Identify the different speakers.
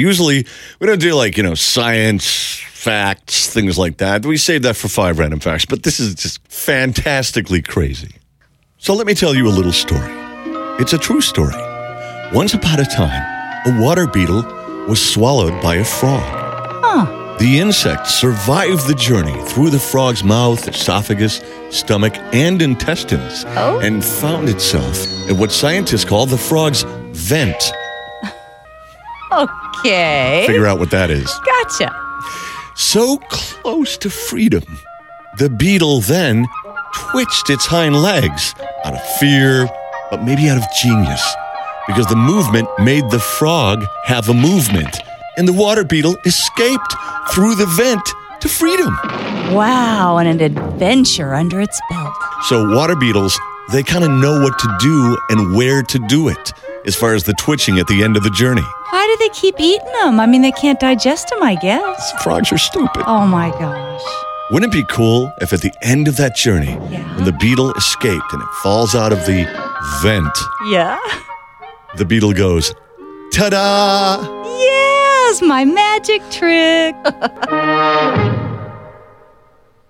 Speaker 1: Usually, we don't do like, you know, science, facts, things like that. We save that for five random facts, but this is just fantastically crazy. So, let me tell you a little story. It's a true story. Once upon a time, a water beetle was swallowed by a frog. The insect survived the journey through the frog's mouth, esophagus, stomach, and intestines, and found itself at what scientists call the frog's vent.
Speaker 2: Okay.
Speaker 1: Figure out what that is.
Speaker 2: Gotcha.
Speaker 1: So close to freedom, the beetle then twitched its hind legs out of fear, but maybe out of genius, because the movement made the frog have a movement, and the water beetle escaped through the vent to freedom.
Speaker 2: Wow, and an adventure under its belt.
Speaker 1: So water beetles, they kind of know what to do and where to do it as far as the twitching at the end of the journey.
Speaker 2: Why do they keep eating them? I mean, they can't digest them, I guess.
Speaker 1: Frogs are stupid.
Speaker 2: Oh my gosh.
Speaker 1: Wouldn't it be cool if at the end of that journey,
Speaker 2: Yeah.
Speaker 1: when the beetle escaped and it falls out of the vent,
Speaker 2: Yeah.
Speaker 1: the beetle goes, ta da!
Speaker 2: Yes, my magic trick.